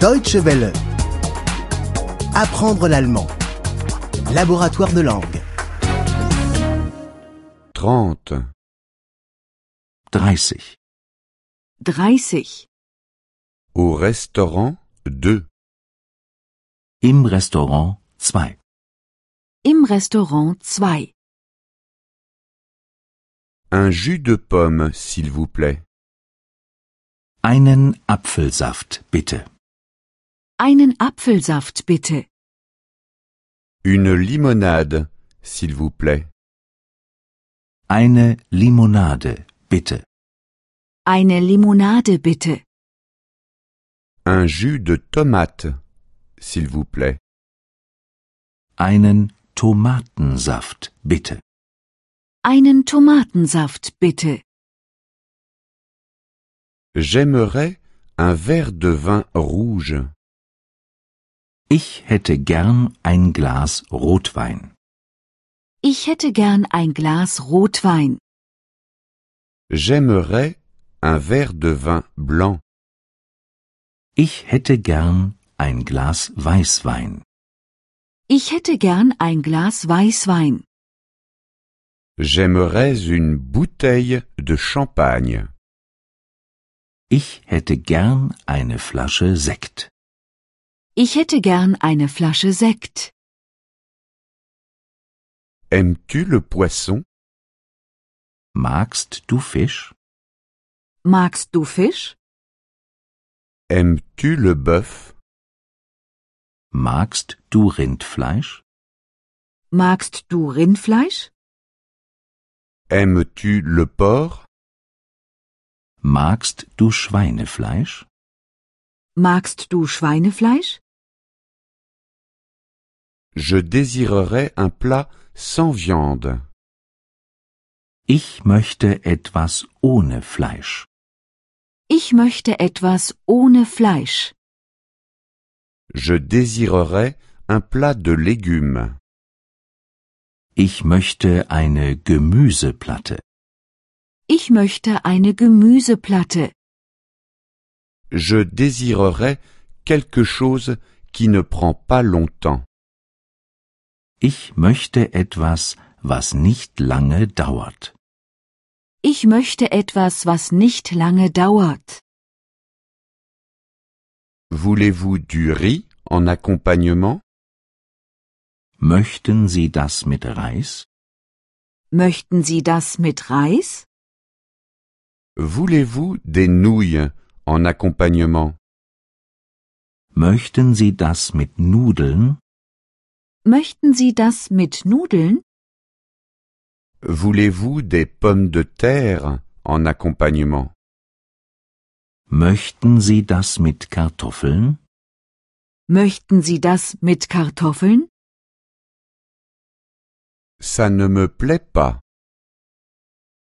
Deutsche Welle. Apprendre l'allemand. Laboratoire de langue. 30. 30. 30. Au restaurant 2. Im Restaurant 2. Im Restaurant 2. Un jus de pomme, s'il vous plaît. Einen Apfelsaft, bitte. Einen Apfelsaft bitte. Une limonade, s'il vous plaît. Eine Limonade, bitte. Eine Limonade bitte. Un jus de tomate, s'il vous plaît. Einen Tomatensaft, bitte. Einen Tomatensaft bitte. J'aimerais un verre de vin rouge. Ich hätte gern ein Glas Rotwein. Ich hätte gern ein Glas Rotwein. J'aimerais un verre de vin blanc. Ich hätte gern ein Glas Weißwein. Ich hätte gern ein Glas Weißwein. J'aimerais une bouteille de champagne. Ich hätte gern eine Flasche Sekt. Ich hätte gern eine Flasche Sekt. Aimes-tu le poisson Magst du Fisch? Magst du Fisch? Aimes-tu le bœuf Magst du Rindfleisch? Magst du Rindfleisch? Aimes-tu le porc Magst du Schweinefleisch? Magst du Schweinefleisch? Je désirerais un plat sans viande. Ich möchte etwas ohne Fleisch. Ich möchte etwas ohne Fleisch. Je désirerais un plat de légumes. Ich möchte eine Gemüseplatte. Ich möchte eine Gemüseplatte. Je désirerais quelque chose qui ne prend pas longtemps. Ich möchte etwas, was nicht lange dauert. Ich möchte etwas, was nicht lange dauert. Voulez-vous du riz en accompagnement Möchten Sie das mit Reis? Möchten Sie das mit Reis? Voulez-vous des nouilles en accompagnement Möchten Sie das mit Nudeln? Möchten Sie das mit Nudeln? Voulez-vous des pommes de terre en accompagnement Möchten Sie das mit Kartoffeln? Möchten Sie das mit Kartoffeln? Ça ne me plaît pas.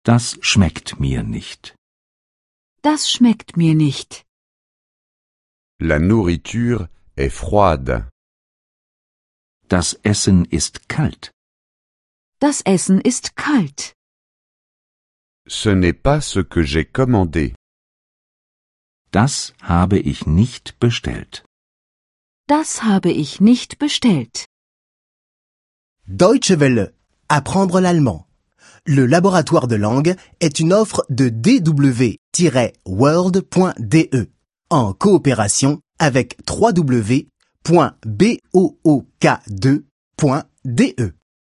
Das schmeckt mir nicht. Das schmeckt mir nicht. La nourriture est froide. Das Essen ist kalt. Das Essen ist kalt. Ce n'est pas ce que j'ai commandé. Das habe ich nicht bestellt. Das habe ich nicht bestellt. Deutsche Welle. Apprendre l'allemand. Le laboratoire de langue est une offre de dw-world.de E en coopération avec www.book2.de.